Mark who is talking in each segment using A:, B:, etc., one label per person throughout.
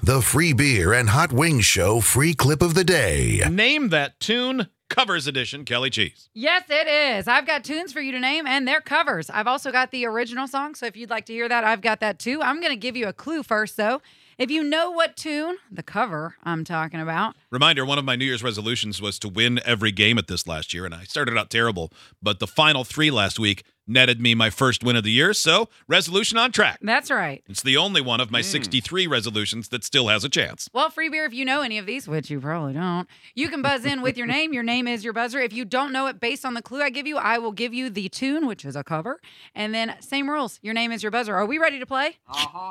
A: The free beer and hot wings show free clip of the day.
B: Name that tune, covers edition, Kelly Cheese.
C: Yes, it is. I've got tunes for you to name and they're covers. I've also got the original song. So if you'd like to hear that, I've got that too. I'm going to give you a clue first, though. If you know what tune, the cover I'm talking about,
B: Reminder one of my New Year's resolutions was to win every game at this last year, and I started out terrible, but the final three last week netted me my first win of the year, so resolution on track.
C: that's right.
B: It's the only one of my
D: Hmm.
B: 63 resolutions that still has a chance.
C: Well, free beer, if you know any of these, which you probably don't, you can buzz in with your name. Your name is your buzzer. If you don't know it based on the clue I give you, I will give you the tune, which is a cover. And then, same rules. Your name is your buzzer. Are we ready to play?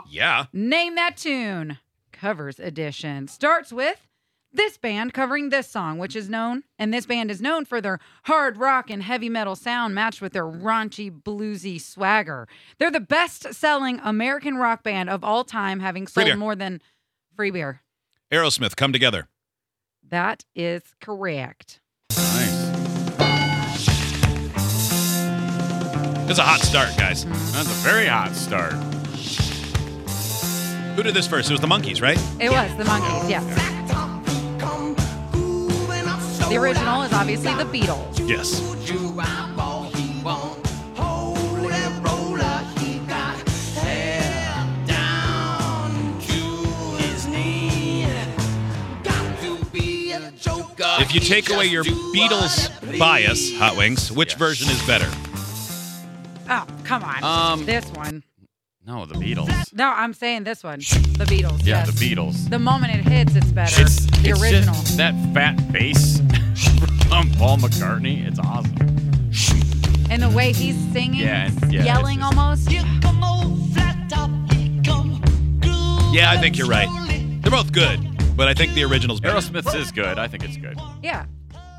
B: Yeah.
C: Name that tune. Covers edition starts with this band covering this song, which is known, and this band is known for their hard rock and heavy metal sound matched with their raunchy, bluesy swagger. They're the best selling American rock band of all time, having
B: Free
C: sold
B: beer.
C: more than free beer.
B: Aerosmith, come together.
C: That is correct.
D: Nice.
B: It's a hot start, guys.
D: That's a very hot start.
B: Who did this first? It was the Monkeys, right?
C: It was the Monkeys, yes. The original is obviously the Beatles.
B: Yes. If you take away your Beatles bias, Hot Wings, which
D: Yes.
B: version is better?
C: Oh, come on.
D: Um,
C: this one.
D: No, the Beatles.
C: No, I'm saying this one. The Beatles.
D: Yeah,
C: yes.
D: the Beatles.
C: The moment it hits, it's better.
D: It's,
C: the
D: it's
C: original.
D: just that fat bass from Paul McCartney. It's awesome.
C: and the way he's singing,
D: Yeah, and- yeah,
C: yelling
D: it's
C: almost.
D: just-
B: Yeah, I think you're right. They're both good, but I think the original's better.
D: Aerosmith's is good. I think it's good.
C: Yeah.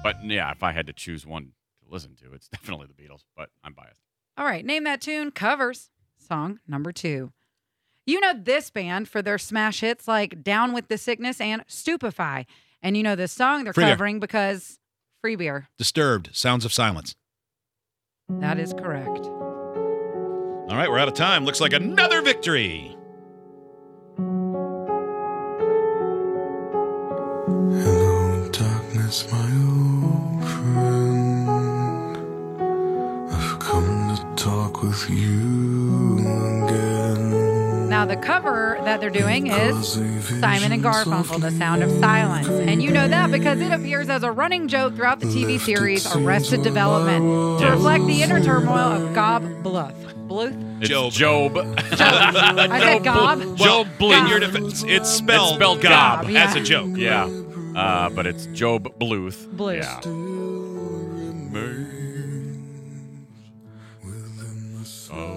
D: But yeah, if I had to choose one to listen to, it's definitely the Beatles. But I'm biased.
C: All right, name that tune. Covers. Song number two. You know this band for their smash hits like Down with the Sickness and Stupefy. And you know this song they're
B: Free beer.
C: covering because free beer.
B: Disturbed, Sounds of Silence.
C: That is correct.
B: All right, we're out of time. Looks like another victory.
E: Hello, darkness, my old friend. I've come to talk with you again.
C: Now, the cover that they're doing is Simon and Garfunkel, The Sound of Silence.
E: Silence.
C: And you know that because it appears as a running joke throughout the TV series Arrested Development to reflect the inner turmoil of Gob Bluff. Bluth?
D: It's
B: Job.
D: Job.
C: I said Gob?
D: Joe Bluth.
B: in your defense, it's spelled,
D: It's spelled
B: gob,
C: gob, yeah.
B: as a joke.
D: yeah. Uh, but it's Job Bluth.
C: Bluth.
D: Yeah.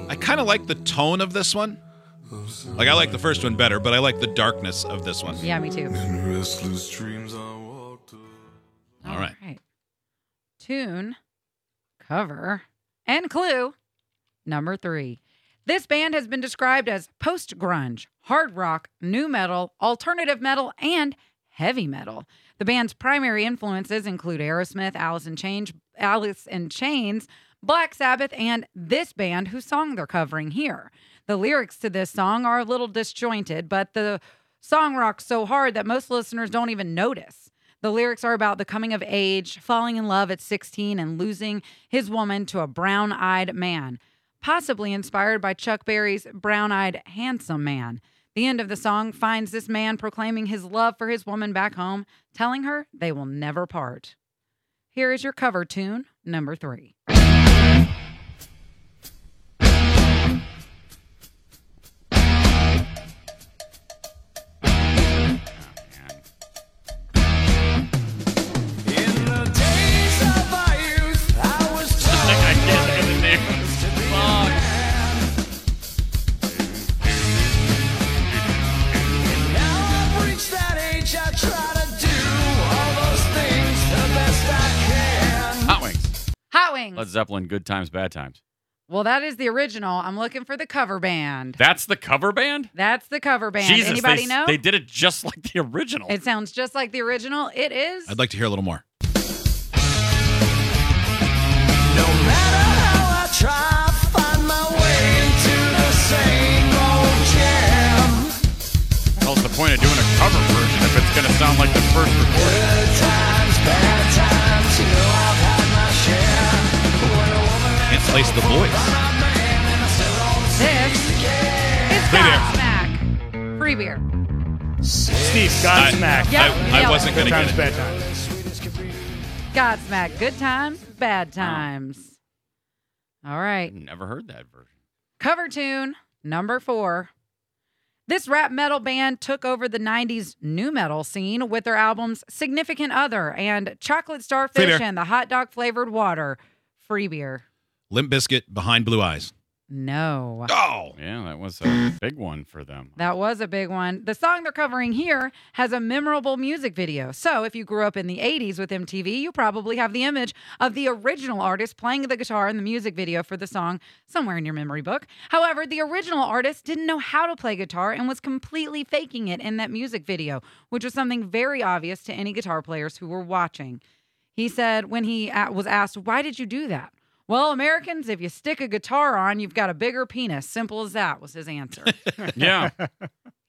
B: I kind of like the tone of this one. Like, I like the first one better, but I like the darkness of this one.
C: Yeah, me too.
E: In restless dreams, I walked.
B: All right.
C: Tune, cover, and clue number three. This band has been described as post grunge, hard rock, new metal, alternative metal, and heavy metal. The band's primary influences include Aerosmith, Alice in Chains, Alice in Chains, Black Sabbath, and this band whose song they're covering here. The lyrics to this song are a little disjointed, but the song rocks so hard that most listeners don't even notice. The lyrics are about the coming of age, falling in love at 16, and losing his woman to a brown eyed man, possibly inspired by Chuck Berry's Brown Eyed Handsome Man. The end of the song finds this man proclaiming his love for his woman back home, telling her they will never part. Here is your cover tune, number three.
D: I can't think of the name of this song. Hot Wings.
C: Hot Wings.
D: Led Zeppelin, Good Times, Bad Times.
C: well, that is the original. I'm looking for the cover band.
D: That's the cover band?
C: That's the cover band.
D: Jesus,
C: Anybody
D: they,
C: know?
D: they did it just like the original.
C: it sounds just like the original. It is.
B: I'd like to hear a little more.
D: Tell us to point of doing a cover version if it's going to sound like the first recording?
B: Can't place the voice.
C: This is
B: Hey there.
C: Godsmack. Free beer.
F: Steve, Godsmack.
C: Yeah.
B: I, I wasn't
F: Good
B: going to
F: times,
B: get it.
F: bad times.
C: Godsmack. Good times, bad times. All right.
D: Never heard that version.
C: Cover tune number four. This rap metal band took over the 90s new metal scene with their albums Significant Other and Chocolate
B: Free
C: Starfish
B: beer.
C: and the Hot Dog Flavored Water. Free beer.
B: Limp Biscuit behind Blue Eyes.
C: No.
B: Oh,
D: Yeah, that was a big one for them.
C: That was a big one. The song they're covering here has a memorable music video. So if you grew up in the 80s with MTV, you probably have the image of the original artist playing the guitar in the music video for the song somewhere in your memory book. However, the original artist didn't know how to play guitar and was completely faking it in that music video, which was something very obvious to any guitar players who were watching. He said when he a- was asked, Why did you do that? Well, Americans, if you stick a guitar on, you've got a bigger penis. Simple as that was his answer.
D: Yeah.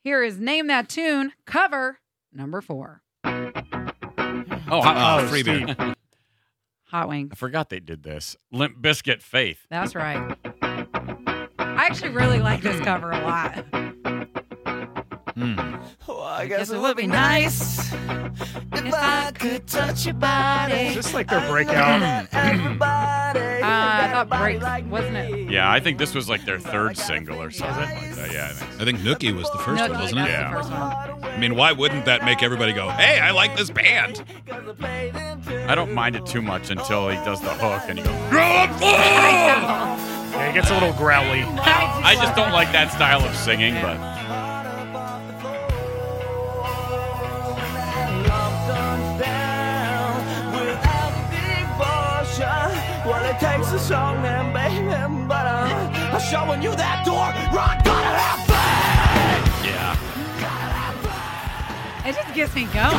C: Here is Name That Tune, cover number four.
D: Oh, I,
B: Oh, free beer.
F: Steve.
C: Hot Wing.
D: I forgot they did this. Limp Biscuit Faith.
C: That's right. I actually really like this cover a lot.
B: Hmm.
G: Well, Oh, I guess it would be nice if I could touch your
F: Is
G: body.
F: this like their breakout?
G: Everybody.
C: Uh, I thought Breaks, wasn't it?
D: Yeah, I think this was like their third single or something like that. Yeah, I think.
B: I think Nookie was the first
C: Nookie,
B: one, wasn't
C: that's
B: it?
D: Yeah.
C: the first one.
B: I mean, why wouldn't that make everybody go, hey, I like this band?
D: so. I don't mind it too much until he does the hook and he goes,
F: Yeah, it gets a little growly.
D: I just don't like that style of singing, but
G: Well, it takes a song and baby, but uh, I'm showing you that door. Rock bottom
D: yeah.
C: It just gets me going.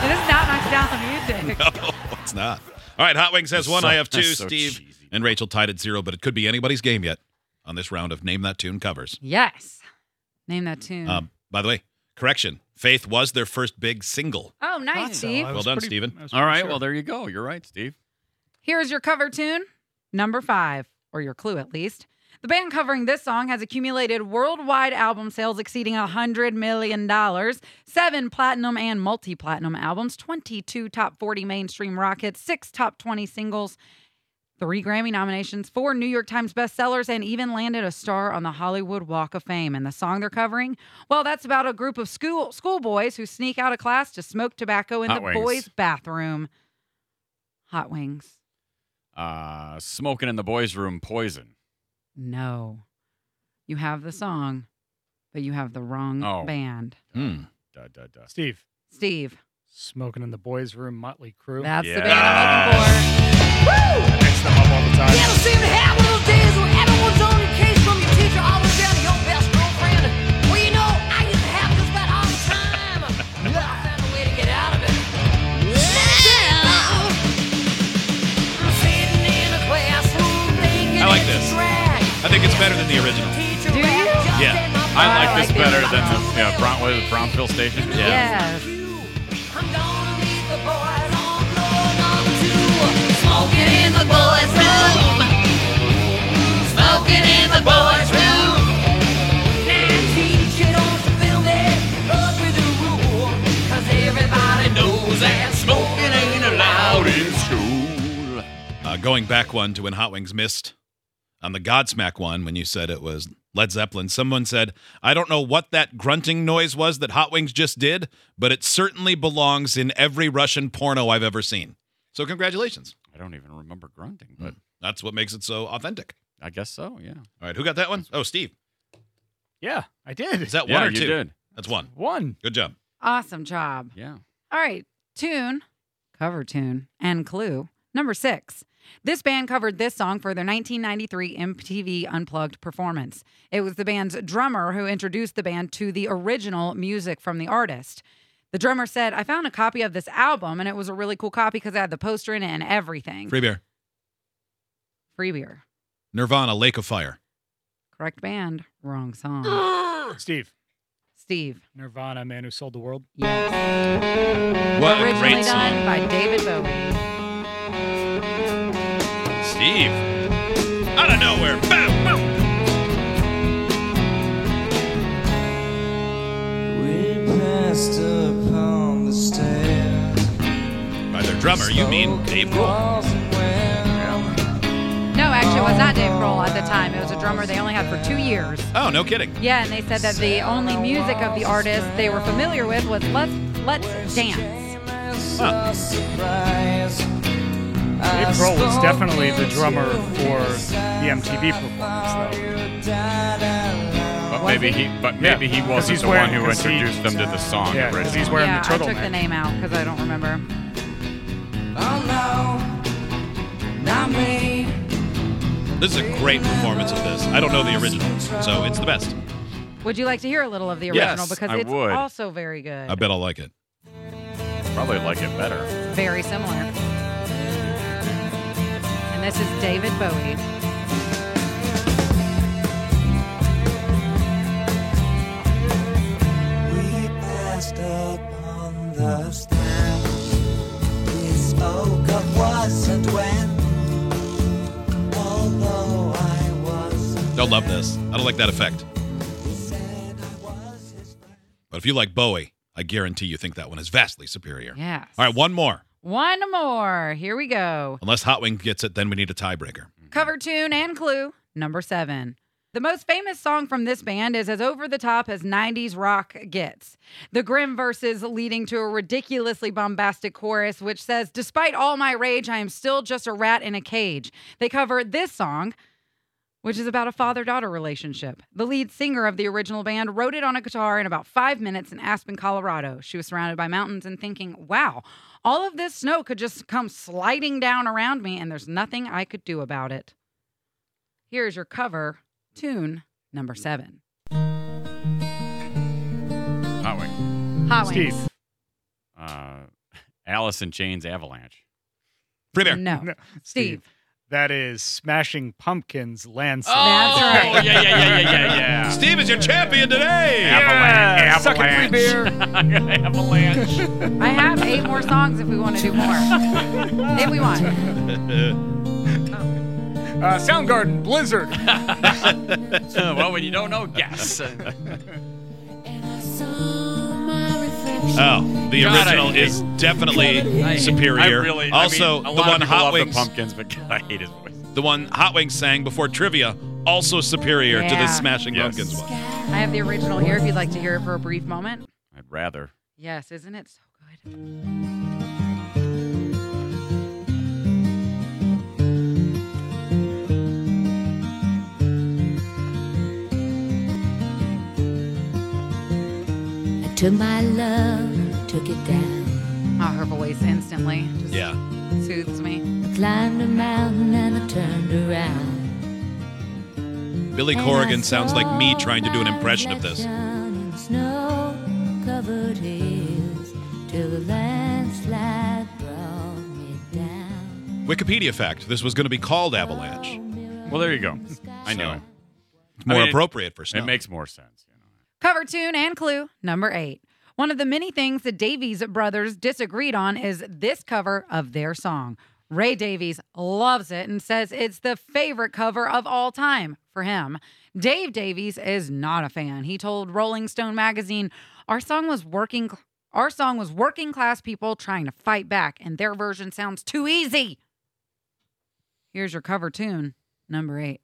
C: It does not knock down the music.
B: Oh, it's not. All right, Hot Wings has
D: That's
B: one.
D: so-
B: I have two.
D: that's so
B: Steve
D: cheesy.
B: and Rachel tied at zero, but it could be anybody's game yet on this round of Name That Tune covers.
C: Yes. Name That Tune.
B: Um, by the way, correction Faith was their first big single.
C: oh, nice, Steve.
B: Well done, Steven.
D: All right, well, there you go. You're right, Steve.
C: Here's your cover tune, number five, or your clue at least. The band covering this song has accumulated worldwide album sales exceeding $100 million, seven platinum and multi platinum albums, 22 top 40 mainstream rock hits, six top 20 singles, three Grammy nominations, four New York Times bestsellers, and even landed a star on the Hollywood Walk of Fame. And the song they're covering? Well, that's about a group of school schoolboys who sneak out of class to smoke tobacco in
D: Hot
C: the
D: Wings.
C: boys' bathroom. Hot Wings.
D: Uh, smoking in the boys' room, poison.
C: No. You have the song, but you have the wrong
D: Oh.
C: band.
B: Hmm.
D: Duh, duh, duh.
F: Steve,
C: Steve,
F: smoking in the boys' room, Motley Crue.
C: that's the band I'm looking
D: Yes.
C: for.
F: I mix them up all the time.
G: Never seem to have one of those days when everyone's on your case from your teacher all the way down to your best girlfriend. Well, you know, I used to have just about all the time. Well, I found a way to get out of it. Now, I'm sitting in a classroom thinking
B: I like
G: it's
B: this.
G: drag.
B: I think it's better than the original.
G: Teacher
C: Do
G: rap
C: you?
G: just
B: Yeah.
G: in my
D: I like
G: pocket.
D: this better than the yeah, Brown, what is it, Brownsville Station.
B: Yeah.
C: Yes.
G: I'm gonna meet the boys on floor number two. Smoking in the boys' room. Smoking in the boys' room. Now teacher don't fill it up with a rule. 'Cause everybody knows that smoking ain't allowed in
D: school.
B: Uh, going back one to when Hot Wings missed on the Godsmack one, when you said it was Led Zeppelin, someone said, I don't know what that grunting noise was that Hot Wings just did, but it certainly belongs in every Russian porno I've ever seen. So, congratulations.
D: I don't even remember grunting, but
B: That's what makes it so authentic.
D: I guess so, yeah.
B: All right, who got that one? Oh, Steve.
F: Yeah, I did.
B: Is that
D: yeah,
B: one or
D: you
B: two?
D: did.
B: That's one.
F: One.
B: Good job.
C: Awesome job.
D: Yeah.
C: All right, tune, cover tune, and clue. Number six. This band covered this song for their 1993 MTV Unplugged performance. It was the band's drummer who introduced the band to the original music from the artist. The drummer said, I found a copy of this album, and it was a really cool copy because it had the poster in it and everything.
B: Free beer.
C: Free beer.
B: Nirvana, Lake of Fire.
C: Correct band, wrong song.
F: Steve,
C: Steve.
F: Nirvana, man who sold the world.
C: Yes.
B: What a
C: Originally
B: great
C: done
B: song.
C: by David Bowie.
B: Steve. Out of nowhere. Bow, bow.
H: We passed upon the stair.
B: By their drummer, you mean Dave Grohl.
C: No, actually, it was not Dave Grohl at the time. It was a drummer they only had for two years.
B: Oh, no kidding.
C: Yeah, and they said that the only music of the artist they were familiar with was Let's, Let's Dance.
B: Huh.
F: Dave Grohl was definitely the drummer for the MTV performance, though.
D: But maybe he, but maybe he
F: 'cause
D: wasn't
F: he's
D: the
F: wearing-
D: one who
F: 'cause he-
D: introduced them to the song.
F: Yeah, 'cause he's
D: originally.
F: wearing
C: yeah,
F: the
C: I took the
F: turtleneck.
C: name out because I don't remember.
B: This is a great performance of this. I don't know the original, so it's the best.
C: Would you like to hear a little of the
D: Yes,
C: original? because
D: I
C: it's
D: would.
C: also very good.
B: I bet I'll like it.
D: Probably like it better.
C: Very similar. And this is David Bowie.
H: We passed upon the stair. We spoke of was and when. Although I was,
B: Don't love this. I don't like that effect.
H: said I was his friend.
B: But if you like Bowie, I guarantee you think that one is vastly superior.
C: Yes.
B: All right, one more.
C: One more. Here we go.
B: Unless Hot Wing gets it, then we need a tiebreaker.
C: Cover tune and clue number seven. The most famous song from this band is as over the top as 90s rock gets. The grim verses leading to a ridiculously bombastic chorus, which says, Despite all my rage, I am still just a rat in a cage. They cover this song, which is about a father daughter relationship. The lead singer of the original band wrote it on a guitar in about five minutes in Aspen, Colorado. She was surrounded by mountains and thinking, wow, all of this snow could just come sliding down around me and there's nothing I could do about it. Here's your cover tune number seven
D: Hot Wing.
C: Hot
F: Steve.
C: Wings.
D: Oh, Uh, Alice in Chains Avalanche.
B: Free beer.
C: No.
F: No,
C: Steve.
F: That is Smashing Pumpkins landslide.
C: That's right.
D: yeah, yeah, yeah, yeah, yeah,
F: Mm.
D: yeah.
B: Steve is your champion today.
D: Avalanche.
F: Suck it, free
D: Avalanche.
F: beer.
D: Avalanche.
C: I have eight more songs if we want to do more. if we want.
F: Uh, Soundgarden, Blizzard.
D: Uh, well, when you don't know, guess.
B: Oh, the
D: God, I
B: original
D: hate-
B: is definitely
D: I-
B: superior.
D: I really,
B: also,
D: I mean, a
B: the one
D: lot of people
B: Hot
D: love
B: Wings,
D: the pumpkins, but God, I hate his voice.
B: the one Hot Wings sang before trivia, also superior to
C: Yeah.
B: this Smashing
D: Yes.
B: Pumpkins one.
C: I have the original here if you'd like to hear it for a brief moment.
D: I'd rather.
C: Yes, isn't it so good?
I: I took my love, took it down.
C: Oh, her voice instantly just
B: Yeah,
C: soothes me.
I: I climbed a mountain and I turned around.
B: Billy
I: And
B: Corrigan
I: I
B: sounds like me
I: saw
B: trying to do an
I: my
B: impression of this.
I: reflection in snow-covered hills till the landslide brought me down.
B: Wikipedia fact: This was going to be called Avalanche.
D: Well, there you go. I know.
B: So,
D: it.
B: It's more
D: I mean, it-
B: appropriate for snow.
D: It makes more sense. You know.
C: Cover tune and clue number eight. One of the many things the Davies brothers disagreed on is this cover of their song. Ray Davies loves it and says it's the favorite cover of all time for him. Dave Davies is not a fan. He told Rolling Stone magazine, "Our song was working our song was working class people trying to fight back and their version sounds too easy." Here's your cover tune, number 8.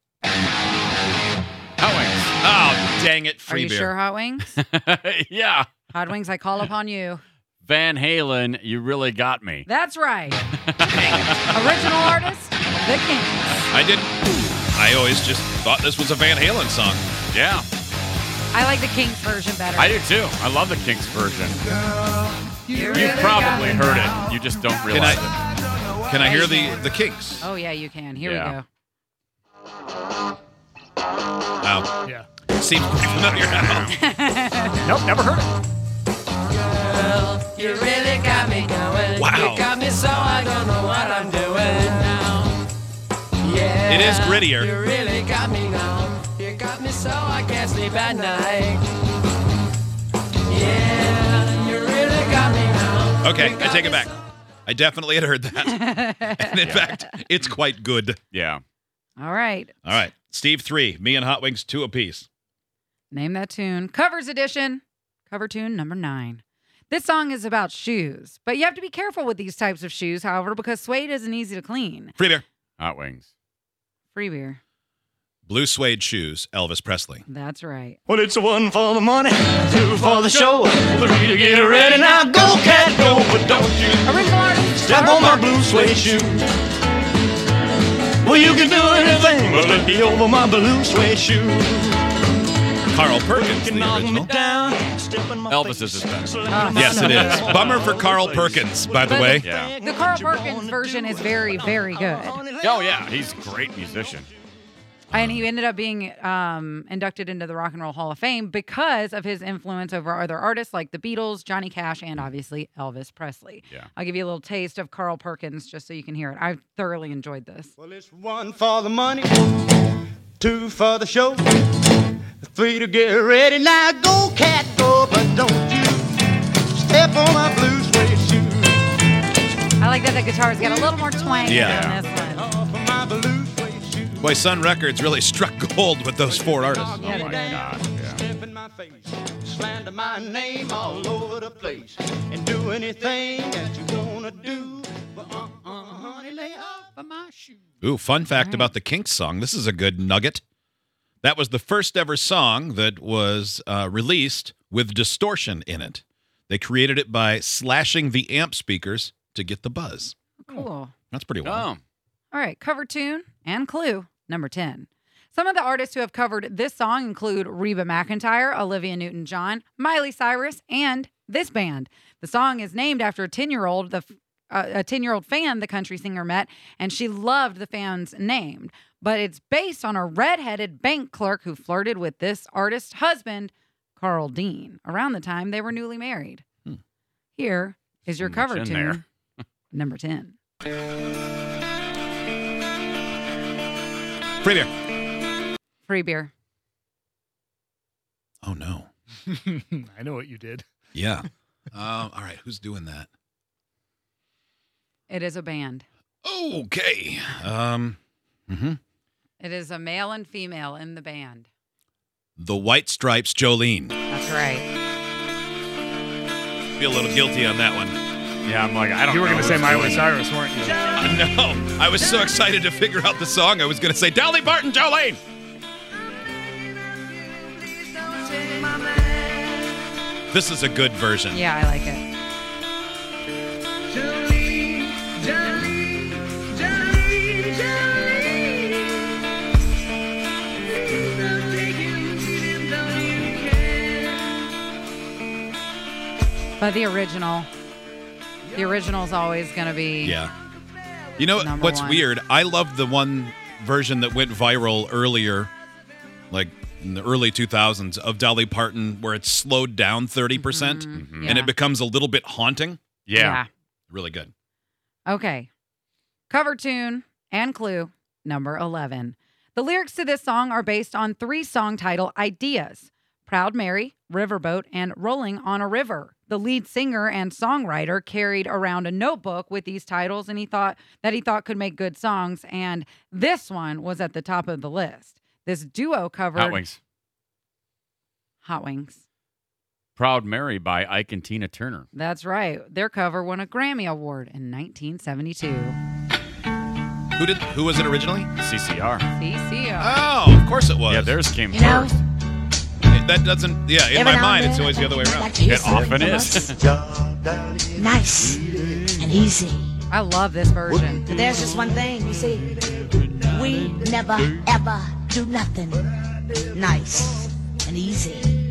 B: Oh, dang it, free
C: Are you
B: beer.
C: sure Hot Wings?
D: Hot Wings. Oh. yeah.
C: Hot Wings, I call upon you.
D: Van Halen, you really got me.
C: That's right. Original artist, The Kinks.
B: I didn't. I always just thought this was a Van Halen song.
D: Yeah,
C: I like the Kinks version better.
D: I do too. I love the Kinks version.
C: you
D: You've probably heard it. You just don't
B: Can
D: realize it.
B: I? Can I hear the the Kinks?
C: Oh yeah, you can. Here we
D: Yeah.
C: go.
B: Wow,
F: Yeah.
B: seems pretty familiar now.
F: Nope, never heard it.
G: You really got me going.
B: Wow.
G: You got me so I don't know what I'm doing now. Yeah.
B: It is grittier.
G: You really got me now. You got me so I can't sleep at night.
B: Okay, I take it back. I definitely had heard that. And in fact, it's quite good.
D: Yeah.
C: All right.
B: All right. Steve three, me and Hot Wings two apiece.
C: Name that tune. Covers edition. Cover tune number nine. This song is about shoes, but you have to be careful with these types of shoes, however, because suede isn't easy to clean.
B: Free beer.
D: Hot wings.
C: Free beer.
B: Blue suede shoes, Elvis Presley.
C: That's right.
J: Well, it's one for the money, two for the show, three to get ready. Now go, cat, go, but don't you
C: Original artist.
J: step on my blue suede shoe. Well, you can do anything, but let me over my blue suede shoe.
B: Carl Perkins,
J: You
B: the
J: can knock me
B: original.
J: down, Ah, step in my
D: Elvis
J: face,
D: is his best.
J: slam my
B: Yes, it
J: door.
B: is. Bummer for Carl Perkins, by the
C: But-
B: way.
D: Yeah.
C: The Carl Perkins version is very, very good.
D: Oh yeah, he's a great musician.
C: And he ended up being um, inducted into the Rock and Roll Hall of Fame because of his influence over other artists like the Beatles, Johnny Cash, and obviously Elvis Presley.
D: Yeah.
C: I'll give you a little taste of Carl Perkins just so you can hear it. I thoroughly enjoyed this.
J: Well, it's one for the money, two for the show, three to get ready. Now go, cat, go, but don't you step on my blue suede shoe.
C: I like that the guitar's got a little more twang
B: Yeah.
C: than this one.
J: Off of my blue suede shoe.
B: Boy, Sun Records really struck gold with those four artists.
C: Yeah,
J: Knock
C: they
J: me
C: did.
J: down, Step in my face, slander my name all over the place, and do anything that you wanna do. But uh, uh, honey, lay off of my shoe.
B: Ooh, fun fact about the Kinks song. This is a good nugget. That was the first ever song that was uh, released with distortion in it. They created it by slashing the amp speakers to get the buzz.
C: Cool.
B: That's pretty wild.
D: Oh.
C: All right, cover tune and clue number 10. Some of the artists who have covered this song include Reba McIntyre, Olivia Newton John, Miley Cyrus, and this band. The song is named after a 10 year old, the f- uh, a 10 year old fan the country singer met, and she loved the fan's name. But it's based on a redheaded bank clerk who flirted with this artist's husband, Carl Dean, around the time they were newly married. Here is your
D: Hmm. So much
C: cover
D: in
C: tune
D: there.
C: number 10.
B: Free beer.
C: Free beer.
B: Oh, no.
F: I know what you did.
B: Yeah. um, all right. Who's doing that?
C: It is a band.
B: Okay. Um, mhm.
C: It is a male and female in the band.
B: The White Stripes, Jolene.
C: That's right.
B: Feel a little guilty on that one.
D: Yeah, I'm like I don't.
F: You were
D: know
F: going to say
D: who's
F: Miley
D: doing
F: Cyrus, weren't you?
B: Uh, no, I was so excited to figure out the song. I was going to say Dolly Parton, Jolene. This is a good version.
C: Yeah, I like it. But the original, the original's always going to be.
B: Yeah. You know
C: Number
B: what's
C: one.
B: weird? I love the one version that went viral earlier, like in the early 2000s, of Dolly Parton, where it's slowed down 30% percent
C: Mhm.
B: and
C: Yeah.
B: it becomes a little bit haunting.
D: it. Yeah.
B: Really good.
C: Yeah. Okay. Cover tune and clue number 11. The lyrics to this song are based on three song title ideas Proud Mary, Riverboat, and Rolling on a River. The lead singer and songwriter carried around a notebook with these titles and he thought that he thought could make good songs, and this one was at the top of the list. This duo covered
D: Hot wings.
C: Hot Wings.
D: Proud Mary by Ike and Tina Turner.
C: That's right. Their cover won a Grammy Award in 1972.
B: Who did? Who was it originally?
D: CCR.
C: TCO.
B: Oh, of course it was.
D: Yeah, theirs came
I: You know,
D: first.
B: It- That doesn't. Yeah, in my mind, it's always the other way around.
D: It often is.
I: Nice and easy.
C: I love this version.
I: But there's just one thing, you see. We never ever do nothing nice and easy.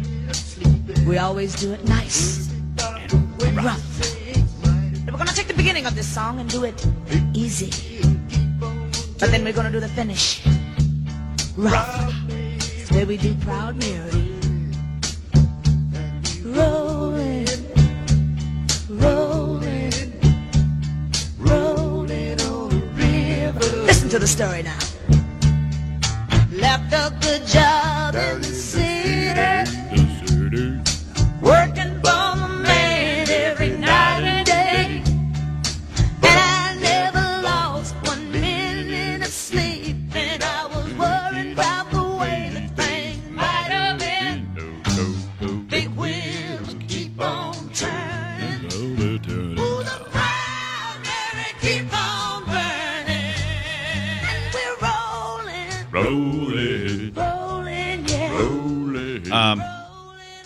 I: We always do it nice and rough. And we're gonna take the beginning of this song and do it easy. But then we're gonna do the finish. Rough. Then we do Proud Mary. Rolling, rolling, rolling on the river. Listen to the story now. Left a good job in the city. Working for the man every night and day.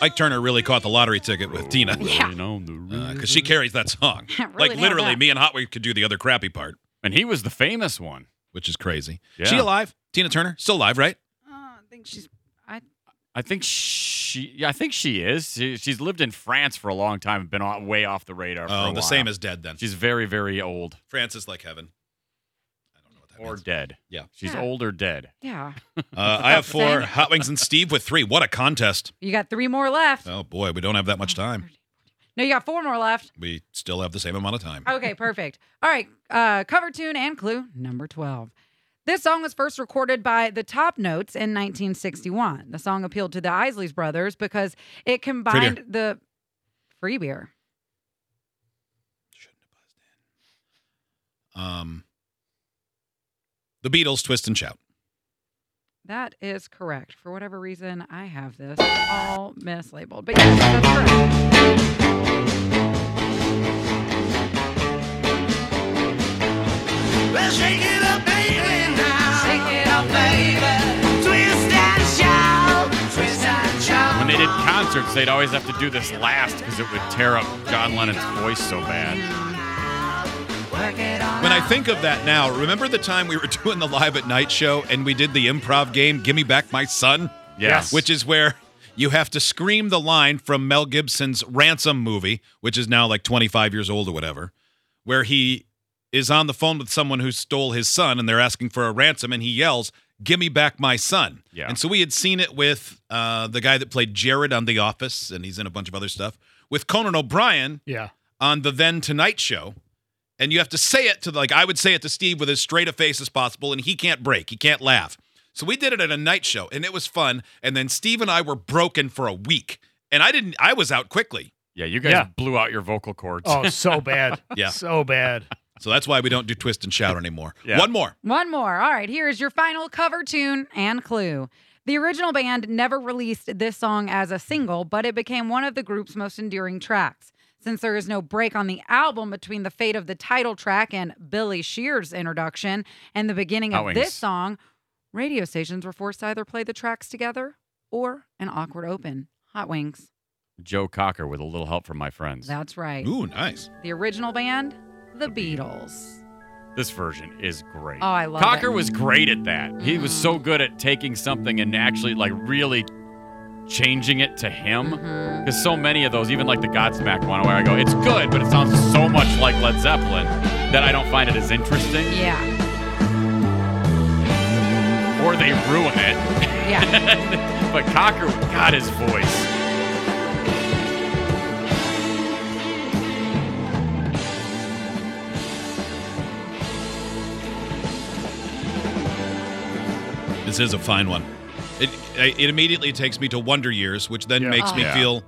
B: Ike Um, Turner really caught the lottery ticket with Tina because
C: Yeah.
B: Uh, she carries that song.
C: Really
B: like
C: nailed
B: literally,
C: that.
B: me and Hot Wings could do the other crappy part,
D: And he was the famous one.
B: which is crazy.
D: Yeah.
B: She alive? Tina Turner still alive, right?
C: Uh, I think she's. I
D: I think she. Yeah, I think she is. She, she's lived in France for a long time and been o- way off the radar. for a
B: Oh, the
D: while.
B: same as dead then.
D: She's very, very old
B: France is like heaven. I don't know what that
D: or
B: means.
D: dead.
B: Yeah.
D: she's
C: Yeah.
D: old or dead.
C: yeah.
B: Uh, I have four.
C: Same.
B: Hot Wings and Steve with three. What a contest!
C: You got three more left.
B: Oh boy, we don't have that much time.
C: No, you got four more left.
B: We still have the same amount of time.
C: Okay, perfect. All right, uh, cover tune and clue number 12. This song was first recorded by the Top Notes in 1961. The song appealed to the Isleys brothers because it combined the free beer.
B: Shouldn't have buzzed in. Um, the Beatles twist and shout.
C: That is correct. For whatever reason, I have this all mislabeled. But yes, that's correct.
G: Well, shake it up, baby, now.
C: Shake it up, baby.
G: Twist and shout, twist and shout.
D: When they did concerts, they'd always have to do this last because it would tear up John Lennon's voice so bad.
B: When I think of that now, remember the time we were doing the live at night show and we did the improv game, Gimme Back My Son?
D: Yes.
B: Which is where you have to scream the line from Mel Gibson's Ransom movie, which is now like 25 years old or whatever, where he is on the phone with someone who stole his son and they're asking for a ransom and he yells, Gimme Back My Son.
D: Yeah.
B: And so we had seen it with uh, the guy that played Jared on The Office and he's in a bunch of other stuff, with Conan O'Brien
F: Yeah.
B: on the then Tonight Show, and you have to say it to like I would say it to Steve with as straight a face as possible, and he can't break, he can't laugh. So we did it at a night show, and it was fun. And then Steve and I were broken for a week, and I didn't. I was out quickly,
D: yeah, you guys
F: Yeah.
D: blew out your vocal cords.
F: Oh, so bad.
B: Yeah.
F: So bad.
B: so that's why we don't do twist and shout anymore.
D: Yeah.
B: One more.
C: One more. All right, here is your final cover tune and clue. The original band never released this song as a single, but it became one of the group's most enduring tracks. Since there is no break on the album between the fate of the title track and Billy Shear's introduction and the beginning of
D: Howings.
C: this song, radio stations were forced to either play the tracks together or an awkward open. Hot Wings.
D: Joe Cocker with a little help from my friends.
C: That's right.
B: Ooh, nice.
C: The original band, The Beatles.
D: This version is great.
C: Oh, I love
D: Cocker
C: it.
D: was great at that. He was so good at taking something and actually like really changing it to him.
C: Mm-hmm.
D: Because so many of those, even like the Godsmack one, where I go, it's good, but it sounds so much like Led Zeppelin that I don't find it as interesting.
C: Yeah.
D: Or they ruin it.
C: Yeah.
D: but Cocker got his voice.
B: This is a fine one. It I- it immediately takes me to Wonder Years, which then
F: Yeah.
B: makes me
D: Yeah. Mm-hmm.
B: feel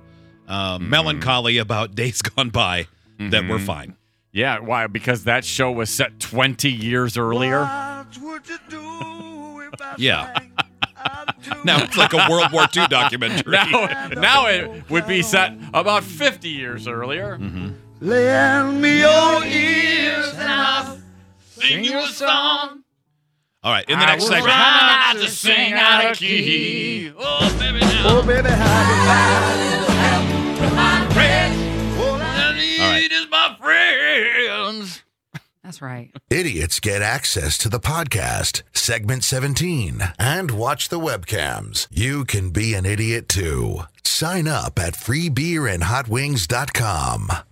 B: uh, melancholy about days gone by that were
D: Mhm.
B: fine.
D: Yeah, why? Because that show was set 20 years earlier.
E: What would you do if I
B: Yeah.
E: sang I'm too
B: Now it's like a World War II documentary.
D: Now, now it would be set about 50 years earlier.
E: Lend me your ears and I'll
D: Sing you a song.
B: All right, in the next segment.
D: Try not to sing out of key. Oh, baby, now.
E: Oh, baby, how
B: All right.
D: is my friends.
C: That's right.
A: Idiots get access to the podcast, segment 17, and watch the webcams. You can be an idiot too. Sign up at freebeerandhotwings.com.